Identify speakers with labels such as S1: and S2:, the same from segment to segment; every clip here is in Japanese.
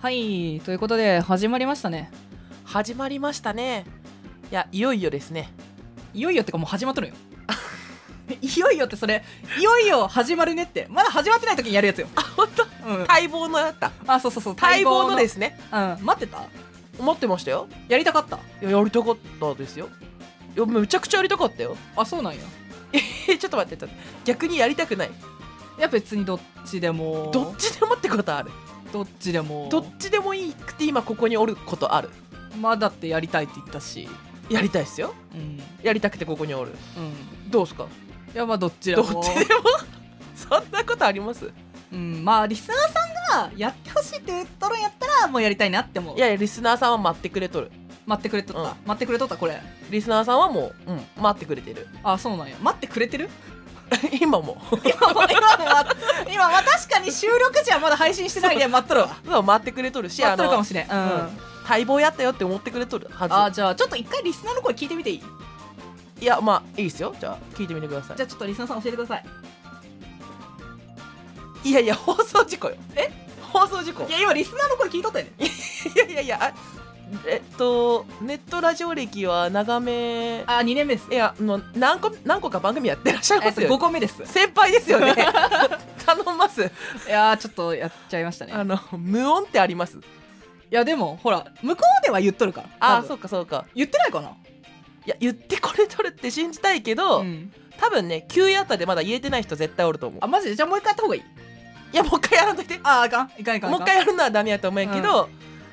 S1: はいということで始まりましたね
S2: 始まりましたねいやいよいよですね
S1: いよいよってかもう始まっとるよ いよいよってそれいよいよ始まるねってまだ始まってない時にやるやつよ
S2: あ本当
S1: うん
S2: 待望のだった
S1: あそうそうそう、
S2: 待望のですすね
S1: うん、待ってた
S2: 思ってましたよ
S1: やりたかった
S2: いややりたかったですよいやめちゃくちゃやりたかったよ
S1: あそうなんや
S2: えちょっと待ってちょっと逆にやりたくない
S1: いや別にどっちでも
S2: どっちでもってことある
S1: どっちでも
S2: どっちでもいいくて今ここにおることある
S1: まあだってやりたいって言ったし
S2: やりたいっすよ
S1: うんうん
S2: やりたくてここにおるどうすか
S1: いやまあどっちで
S2: ど
S1: も
S2: っちでも そんなことあります
S1: うん、まあリスナーさんがやってほしいって言っとるんやったらもうやりたいなって思う
S2: いやいやリスナーさんは待ってくれとる
S1: 待ってくれとった、
S2: うん
S1: 待ってくれとったこれ
S2: リスナーさんはもう、うん、待ってくれてる
S1: あそうなんや待ってくれてる
S2: 今も
S1: 今も今のは今は確かに収録時はまだ配信してないで待っとるわ
S2: そう待ってくれとるし
S1: 待っとる
S2: あ
S1: か
S2: の
S1: もしれん、うん
S2: うん待望やったよって思ってくれとるはず
S1: あじゃあちょっと一回リスナーの声聞いてみていいじ
S2: いやまあいいですよじゃあ聞いてみてくださ
S1: ゃあちょっとリスナーさん教えてください
S2: いいやいや放送事故よえ放送事故い
S1: いや今リスナーの声聞いとったよね
S2: やいやいやあえっとネットラジオ歴は長め
S1: あ2年目です
S2: いやもう何個何個か番組やってらっしゃい
S1: え
S2: ま
S1: っ
S2: す
S1: と
S2: よ、
S1: 5個目です
S2: 先輩ですよね 頼みます
S1: いやーちょっとやっちゃいましたね
S2: あの無音ってあります
S1: いやでもほら向こうでは言っとるから
S2: あ
S1: あ
S2: あそうかそうか
S1: 言ってないかな、
S2: いや言ってこれとるって信じたいけど、
S1: ん、
S2: 多分ね9位あたりでまだ言えてない人絶対おると思う
S1: あマジでじゃあもう一回やった方がいい
S2: いやもう一回やらんといて
S1: ああかんいかんいかんいかん
S2: もう一回やるのはダメやと思うんやけど、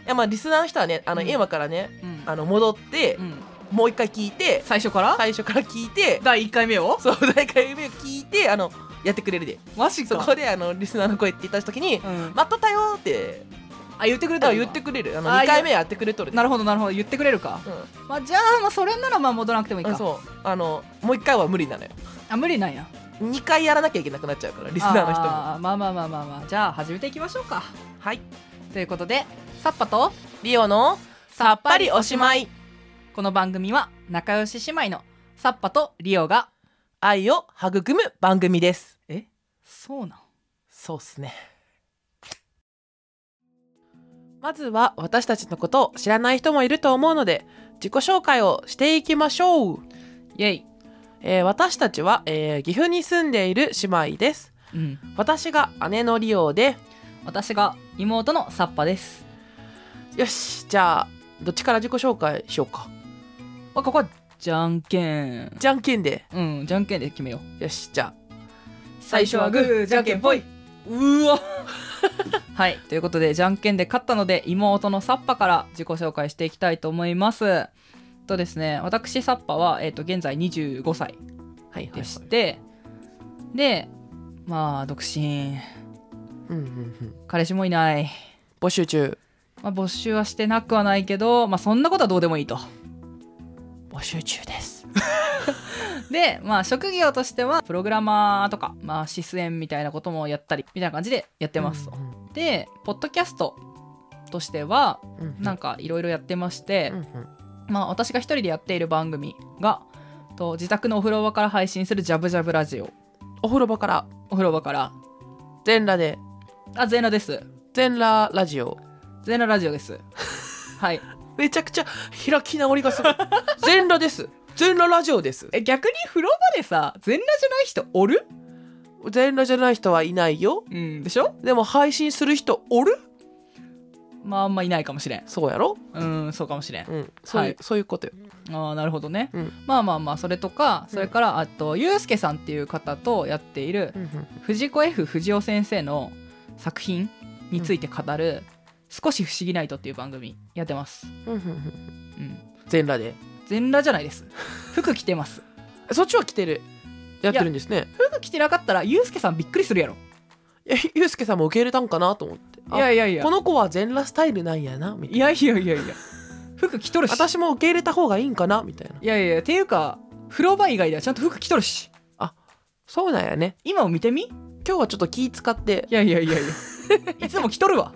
S2: いやまあリスナーの人はねあの、
S1: うん
S2: 今からね
S1: うん
S2: あの戻って、
S1: うん
S2: もう一回聞いて
S1: 最初から
S2: 最初から聞いて
S1: 第1回目を
S2: そう大会夢を聞いてあのやってくれるで
S1: マジ
S2: そ
S1: か
S2: こであのリスナーの声って言った時に
S1: うん
S2: 「待っとったよ」って
S1: あ言ってくれた
S2: あ
S1: 今
S2: 言ってくれるあの
S1: あ
S2: 2回目やってくれとる
S1: なるほどなるほど言ってくれるか、
S2: うん
S1: まあ、じゃあ,、まあそれならまあ戻らなくてもいい
S2: うん
S1: か
S2: そうあのもう1回は無理なのよ
S1: あ無理なんや
S2: 2回やらなきゃいけなくなっちゃうからリスナーの人も
S1: あーまあまあまあまあまあじゃあ始めていきましょうか
S2: はい
S1: ということでサッパと
S2: リオのさっぱりおしまい
S1: この番組は仲良し姉妹のサッパとリオが
S2: 愛を育む番組です
S1: えそうなん
S2: そうっすねまずは私たちのことを知らない人もいると思うので自己紹介をしていきましょう、
S1: イエイ、
S2: えー私たちは、えー岐阜に住んでいる姉妹です
S1: うん、
S2: 私が姉のリオで
S1: 私が妹のサッパです、
S2: よしじゃあどっちから自己紹介しようか
S1: まあ、ここはじゃんけん
S2: じゃんけんで
S1: うんじゃんけんで決めよう
S2: よしじゃあ
S1: 最初はグーじゃんけんぽいう
S2: わ
S1: はいということでじゃんけんで勝ったので妹のサッパから自己紹介していきたいと思いますとですね私サッパは、えー、と現在25歳
S2: はいはい、は
S1: で
S2: い、
S1: して、でまあ独身
S2: うんうんうん
S1: 彼氏もいない、
S2: 募集中
S1: まあ、没収はしてなくはないけど、まあ、そんなことはどうでもいいと
S2: 募集中です
S1: でまあ職業としてはプログラマーとか、まあ、シスエンみたいなこともやったりみたいな感じでやってます、
S2: うん
S1: でポッドキャストとしては
S2: うんうん
S1: なんかいろいろやってまして、
S2: うんうん
S1: まあ、私が一人でやっている番組がと自宅のお風呂場から配信する「ジャブジャブラジオ
S2: お風呂場から」
S1: お風呂場から
S2: 全裸で
S1: あゼーナです
S2: 全裸ラジオ
S1: ゼーナラジオですはい
S2: めちゃくちゃ開き直りがすごい全裸です全裸ラジオです
S1: え逆に風呂場でさ全裸じゃない人おる
S2: 全裸じゃない人はいないよ
S1: うんでしょ
S2: でも配信する人おる
S1: まああんまいないかもしれん
S2: そうやろ
S1: うんそうかもしれん
S2: うんそういう、
S1: はい
S2: そういうことよ
S1: ああなるほどね、
S2: うん
S1: まあまあまあそれとかそれからあとゆうすけさんっていう方とやっている藤子 F 不二雄先生の作品について語る「少し不思議ないと」っていう番組やってますうん
S2: 全裸で
S1: 全裸じゃないです 服着てます
S2: そっちは来てるやってるんですね
S1: 服着てなかったらユうスケさんびっくりするやろ
S2: いやゆうすけさんも受け入れたんかなと思ってあ
S1: いやいやいや
S2: この子は全裸スタイルなんやなみたい
S1: い
S2: な
S1: やいやいやい や服着とるし
S2: 私も受け入れた方がいいんかなみたいない
S1: やいやいやっていうか風呂場以外ではちゃんと服着とるし
S2: そうなんやね
S1: 今を見てみい
S2: 今日はちょっと気使って
S1: やいやいやいや いつも着とるわ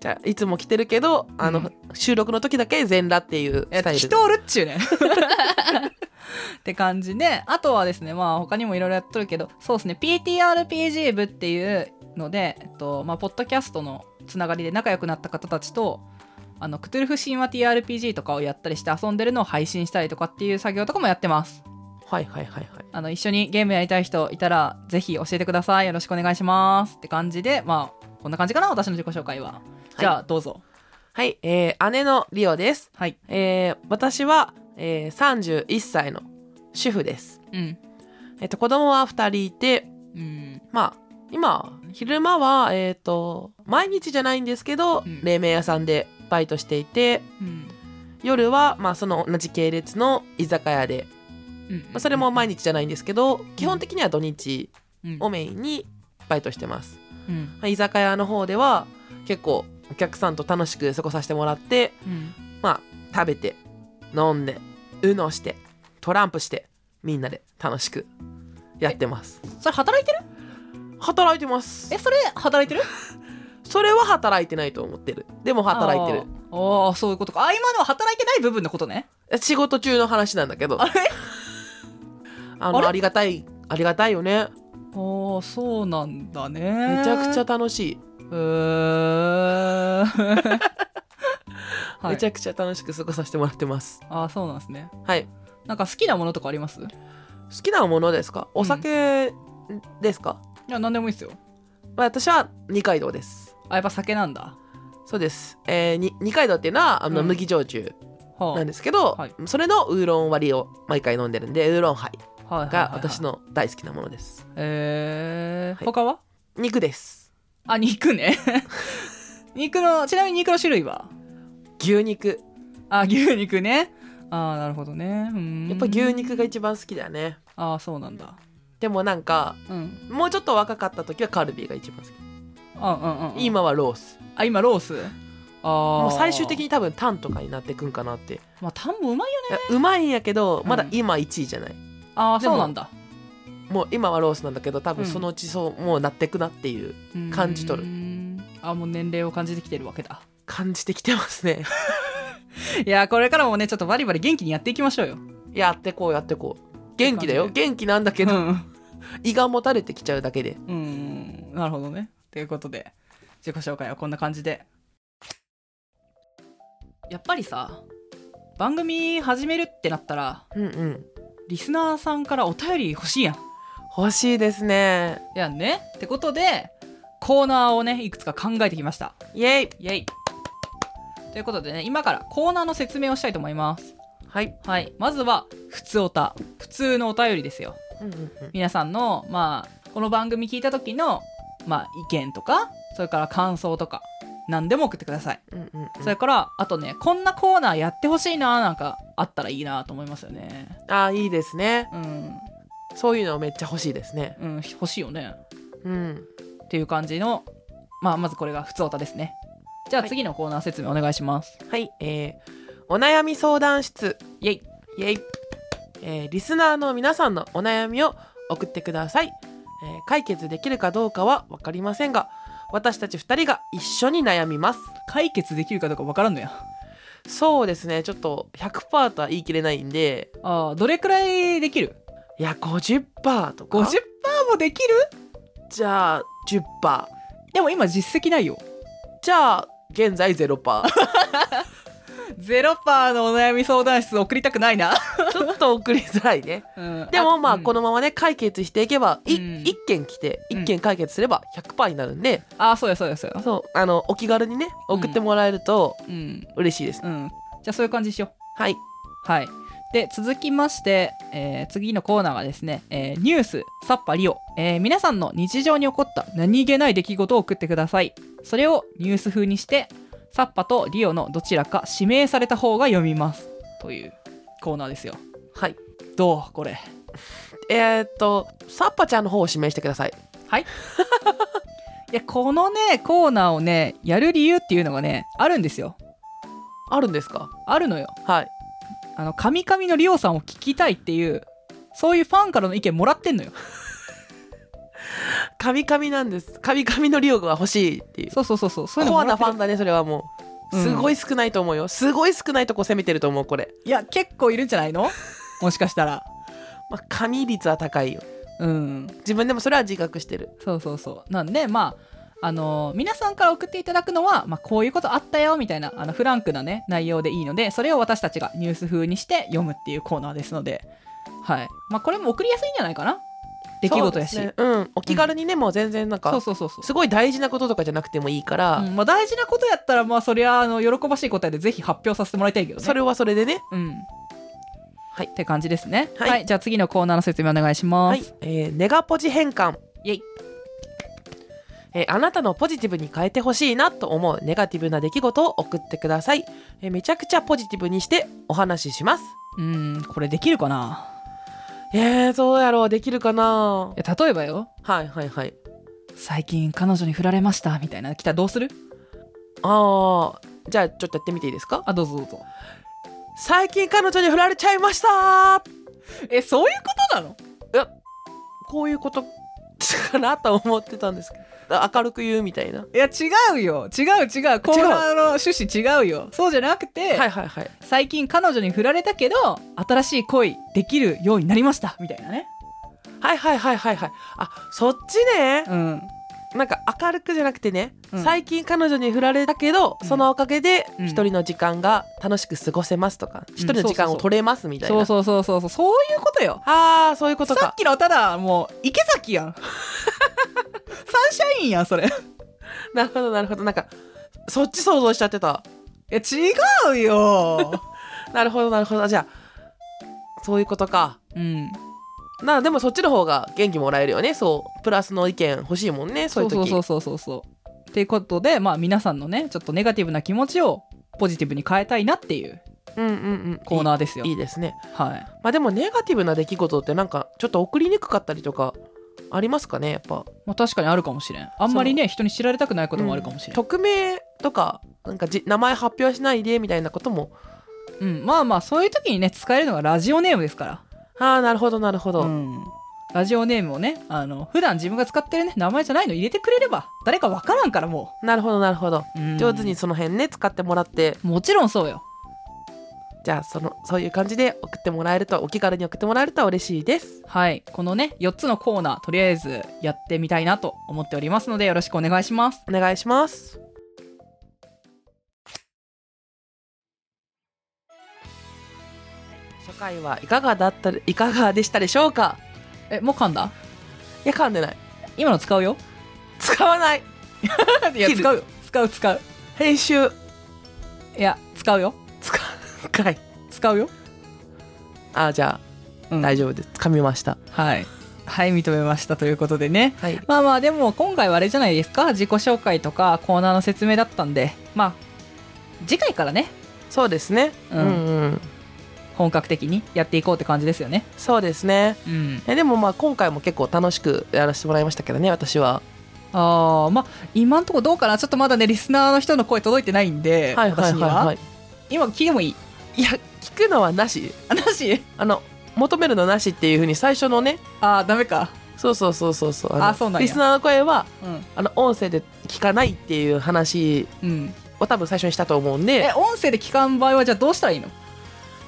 S2: じゃあいつも来てるけどあの、
S1: うん
S2: 収録の時だけ全裸っていうスタイル
S1: 着とるっちゅうねって感じであとはですねまあ他にもいろいろやっとるけどそうですね PTRPG 部っていうので、えっとまあ、ポッドキャストのつながりで仲良くなった方たちとあのクトゥルフ神話 TRPG とかをやったりして遊んでるのを配信したりとかっていう作業とかもやってます
S2: はいはいはいはい
S1: あの一緒にゲームやりたい人いたらぜひ教えてくださいよろしくお願いしますって感じでまあこんな感じかな私の自己紹介は、じゃあどうぞ
S2: はい、えー姉のリオです、
S1: はい
S2: えー私は、えー31歳の主婦です
S1: うん
S2: えっと子供は2人いて
S1: うん
S2: まあ今昼間はえっ、と毎日じゃないんですけど、
S1: うん
S2: 冷麺屋さんでバイトしていて
S1: うん
S2: 夜はまあその同じ系列の居酒屋で、
S1: うん
S2: まあ、それも毎日じゃないんですけど基本的には土日
S1: うん
S2: をメインにバイトしてます
S1: うん
S2: まあ居酒屋の方では結構お客さんと楽しく過ごさせてもらって
S1: うん
S2: まあ食べて飲んでうのしてトランプしてみんなで楽しくやってます
S1: それ働いてる
S2: 働いてます
S1: えそれ働いてる
S2: それは働いてないと思ってるでも 働いてる
S1: あーあーそういうことかあ今のは働いてない部分のことね
S2: 仕事中の話なんだけど
S1: あれ
S2: あの
S1: あれ
S2: ありがたいありがたいよね
S1: ああそうなんだね
S2: めちゃくちゃ
S1: ゃ
S2: 楽しい、
S1: えー はい、
S2: めちゃくちゃ楽しく過ごさせてもらってます
S1: ああそうなんですね
S2: はい
S1: なんか好きなものとかありますい
S2: 好きなものですかお酒ですか、
S1: や何でもいいですよ
S2: まあ私は二階堂です
S1: あやっぱ酒なんだ
S2: そうです、えー、に二階堂っていうのはあの、
S1: うん
S2: 麦焼酎
S1: はあ
S2: なんですけど、
S1: はい
S2: それのウーロン割りを毎回飲んでるんでウーロンハイ
S1: はいはいはい
S2: が私の大好きなものです、
S1: えー
S2: はい
S1: 他は
S2: 肉です
S1: あ肉ね 肉のちなみに肉の種類は
S2: 牛肉
S1: あ牛肉ねああなるほどねうーん
S2: やっぱ牛肉が一番好きだよね
S1: ああそうなんだ
S2: でもなんか
S1: うん
S2: もうちょっと若かった時はカルビが一番好き、
S1: あうんうんうん
S2: 今はロース
S1: あ今ロースあー
S2: もう最終的に多分タンとかになってくんかなってい
S1: まあタンもうまいよね
S2: やうまいんやけど
S1: うん
S2: まだ今1位じゃない、
S1: ああ
S2: でも
S1: そうなんだ
S2: もう今はロースなんだけど多分
S1: うん
S2: そのうちそうもうなってくなっていう感じ取る
S1: うーんあもう年齢を感じてきてるわけだ
S2: 感じてきてます ね
S1: いやこれからもねちょっとバリバリ元気にやっていきましょうよ
S2: やってこうやってこう元気だよ
S1: って感じ
S2: 元気なんだけど、
S1: うん
S2: 胃がもたれてきちゃうだけで
S1: うんなるほどねということで自己紹介はこんな感じでやっぱりさ番組始めるってなったら
S2: うんうん
S1: リスナーさんからお便り欲しいやん
S2: 欲しいですね
S1: やんねってことでコーナーをねいくつか考えてきました
S2: イエイ
S1: イエイということでね今からコーナーの説明をしたいと思います
S2: はい、
S1: はいまずは普通おた普通のお便りですよ
S2: うんうんうん、
S1: 皆さんのまあこの番組聞いた時のまあ意見とかそれから感想とか何でも送ってください、
S2: うんうんうん
S1: それからあとねこんなコーナーやってほしいななんかあったらいいなと思いますよね
S2: ああいいですね
S1: うん、
S2: そういうのめっちゃ欲しいですね
S1: うん、欲しいよね
S2: うん
S1: っていう感じのまあまずこれが普通おたですねじゃあ
S2: はい
S1: 次のコーナー説明お願いします、
S2: はいえー、お悩み相談室
S1: イエイ
S2: イエイ、えーリスナーの皆さんのお悩みを送ってください、えー解決できるかどうかは分かりませんが私たち2人が一緒に悩みます
S1: 解決できるかどうかわからんのや
S2: そうですねちょっと100%とは言い切れないんで
S1: あーどれくらいできる
S2: いや50%とか
S1: ?50% もできる
S2: じゃあ10%
S1: でも今実績ないよ
S2: じゃあ現在0%
S1: ゼロパーのお悩み相談室送りたくないな。
S2: ちょっと送りづらい ね
S1: うん
S2: でもまあこ
S1: の、
S2: のままね解決していけば、い
S1: うん
S2: 1件来て
S1: うん
S2: 1件解決すれば100%になるんで、
S1: あ、そうやそうやそうや。
S2: そうあのお気軽にね送ってもらえると
S1: うん。
S2: 嬉しいです、
S1: うん。じゃあそういう感じにしよ。
S2: はいう
S1: はい。で、続きまして、えー次のコーナーがですね、えーニュース、さっぱりオ、えー皆さんの日常に起こった何気ない出来事を送ってください。それをニュース風にして、サッパとリオのどちらか指名された方が読みます。というコーナーですよ。
S2: はい
S1: どうこれ。
S2: えー、っとサッパちゃんの方を指名してください
S1: いや、このね、コーナーをね、やる理由っていうのがね、あるんですよ。
S2: あるんですか
S1: あるのよ。
S2: はい
S1: あの、カミカミのリオさんを聞きたいっていう、そういうファンからの意見もらってんのよ。
S2: カミカミなんですカミカミのリオが欲しいっていう
S1: そうそうそうそう。そういうの
S2: コ
S1: も
S2: ア
S1: ら
S2: な
S1: って
S2: フ
S1: る
S2: ァンだねそれはもう
S1: うん
S2: すごい少ないと思うよ、すごい少ないとこ攻めてると思うこれ、
S1: いや、結構いるんじゃないのもしかしたら。
S2: まあ、神率は高いよ
S1: うん、
S2: 自分でもそれは自覚してる
S1: そうそうそうなんでまああの皆さんから送っていただくのは、まあ、こういうことあったよみたいなあのフランクなね内容でいいのでそれを私たちがニュース風にして読むっていうコーナーですので、はいまあ、これも送りやすいんじゃないかな出来事やし
S2: そ
S1: そうう,、
S2: ですねうんお気軽にね、もう全然なん
S1: そう
S2: か
S1: そうそうそう
S2: すごい大事なこととかじゃなくてもいいから、
S1: うんまあ、大事なことやったらまあそりゃあの喜ばしい答えでぜひ発表させてもらいたいけどね
S2: それはそれでね
S1: うん
S2: はい
S1: って感じですね
S2: はい
S1: じゃあ次のコーナーの説明お願いしま
S2: は
S1: す、
S2: い、えーネガポジ変換
S1: イエイ
S2: えーあなたのポジティブに変えてほしいなと思うネガティブな出来事を送ってください、えーめちゃくちゃポジティブにしてお話しします
S1: うんこれできるかな
S2: えー、どうやろうできるかない
S1: や例えばよ
S2: はいはいはい
S1: 最近彼女に振られましたみたいなの来たらどうする
S2: あーじゃあちょっとやってみていいですか
S1: あどうぞどうぞ
S2: 最近彼女に振られちゃいました
S1: えそういうことなの
S2: こういうことかなと思ってたんですけど明るく言うみたいない
S1: や違うよ違う違うコーナーの趣旨違うよそうじゃなくて、
S2: はいはいはい
S1: 最近彼女に振られたけど新しい恋できるようになりましたみたいなね
S2: はいはいはいはいはいあそっちね
S1: うん
S2: なんか明るくじゃなくてね、
S1: うん
S2: 最近彼女に振られたけど、
S1: うん
S2: そのおかげで
S1: うん
S2: 一人の時間が楽しく過ごせますとか一、人の時間を取れますみたいな、
S1: そうそうそうそうそうそういうことよ
S2: あーそういうこと
S1: さっ
S2: か
S1: きのただもう池崎 やんサンシャインやんそれい
S2: なるほどなるほどなんかそっち想像しちゃってた
S1: や違うよ
S2: なるほどなるほどじゃあそういうことか
S1: うん
S2: なでもそっちの方が元気もらえるよねそうプラスの意見欲しいもんねそう
S1: そ
S2: いう
S1: う
S2: 時
S1: そうそうそうそうそうっていうことでまあ皆さんのねちょっとネガティブな気持ちをポジティブに変えたいなっていう
S2: うんうんうん
S1: コーナーですよ
S2: いいいいですね
S1: はい
S2: まあでもネガティブな出来事ってなんかちょっと送りにくかったりとかありますかねやっぱ
S1: まあ、確かにあるかもしれんあんまりね人に知られたくないこともあるかもしれん、
S2: 匿名とかなんかじ名前発表しないでみたいなことも
S1: うんまあまあそういう時にね使えるのがラジオネームですから
S2: ああなるほどなるほど、
S1: ん、ラジオネームをねあの普段自分が使ってるね名前じゃないの入れてくれれば誰かわからんからも
S2: なるほどなるほど
S1: う、うん
S2: 上手にその辺ね使ってもらって
S1: もちろんそうよ
S2: じゃあそのそういう感じで送ってもらえるとお気軽に送ってもらえると嬉しいです
S1: はいこのね4つのコーナーとりあえずやってみたいなと思っておりますのでよろしくお願いします
S2: お願いします初回はいかがだったいかがでしたでしょうか
S1: えもう噛んだ
S2: いや噛んでない
S1: 今の使うよ
S2: 使わない
S1: いや
S2: 切る
S1: 使うよ使う使う
S2: 編集
S1: いや使うよ
S2: 使う かい
S1: 使うよ、
S2: あじゃ
S1: う
S2: あ
S1: ん
S2: 大丈夫です掴みました
S1: はいはい認めましたということでね
S2: はい
S1: まあまあでも今回はあれじゃないですか自己紹介とかコーナーの説明だったんでまあ次回からね
S2: そうですね
S1: うん
S2: うん、うん、
S1: 本格的にやっていこうって感じですよね
S2: そうですね
S1: うん
S2: えでもまあ今回も結構楽しくやらせてもらいましたけどね私は
S1: ああまあ今んとこどうかなちょっとまだねリスナーの人の声届いてないんで、
S2: はいはい
S1: 私
S2: はい
S1: には
S2: はい
S1: 今聞いてもいい
S2: いや聞くのはなし
S1: あなし
S2: あの求めるのなしっていうふうに最初のね
S1: あーダメか
S2: そうそうそうそうそうの
S1: あそうなんや
S2: リスナーの声は
S1: うん
S2: あの音声で聞かないっていう話
S1: うん
S2: を多分最初にしたと思うんで
S1: え音声で聞かん場合はじゃあどうしたらいいの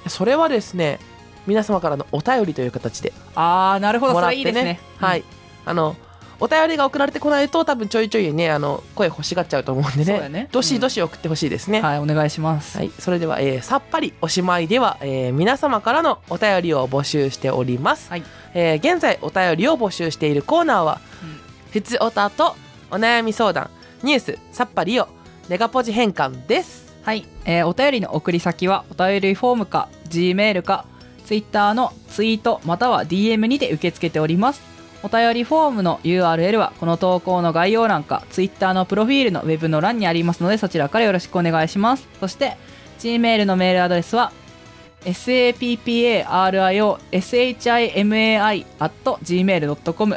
S2: それはですね皆様からのお便りという形で
S1: ああなるほど
S2: も
S1: そ
S2: らっ
S1: れ
S2: て
S1: い
S2: ね
S1: いですね
S2: はい、あのお便りが送られてこないと多分ちょいちょいねあの声欲しがっちゃうと思うんで
S1: そう
S2: ね
S1: だね
S2: どしど
S1: し、
S2: し送ってほしいです
S1: う
S2: ね、
S1: んはいお願いします、
S2: はい、それでは、えーさっぱりおしまいでは、えー皆様からのお便りを募集しております、
S1: はい
S2: えー現在お便りを募集しているコーナーは
S1: うん
S2: 「ふつおた」と「お悩み相談」「ニュースさっぱりを」「ネガポジ変換」です
S1: はい、えーお便りの送り先はお便りフォームか G メールか Twitter のツイートまたは DM にて受け付けておりますお便りフォームの URL はこの投稿の概要欄か Twitter のプロフィールのウェブの欄にありますのでそちらからよろしくお願いしますそして G メールのメールアドレスは sapparioshimai.gmail.com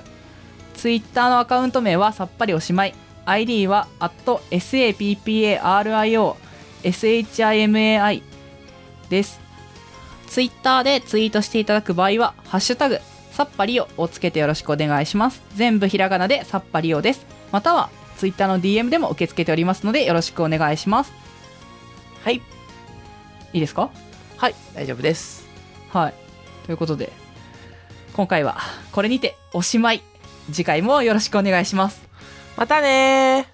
S1: ツイッターのアカウント名はさっぱりおしまい ID は sappario SHIMAI です。ツイッターでツイートしていただく場合は、ハッシュタグ、さっぱりををつけてよろしくお願いします。全部ひらがなでさっぱりをです。または、ツイッターの DM でも受け付けておりますので、よろしくお願いします。
S2: はい
S1: いいですか
S2: はい大丈夫です
S1: はい。ということで、今回はこれにておしまい次回もよろしくお願いします
S2: またねー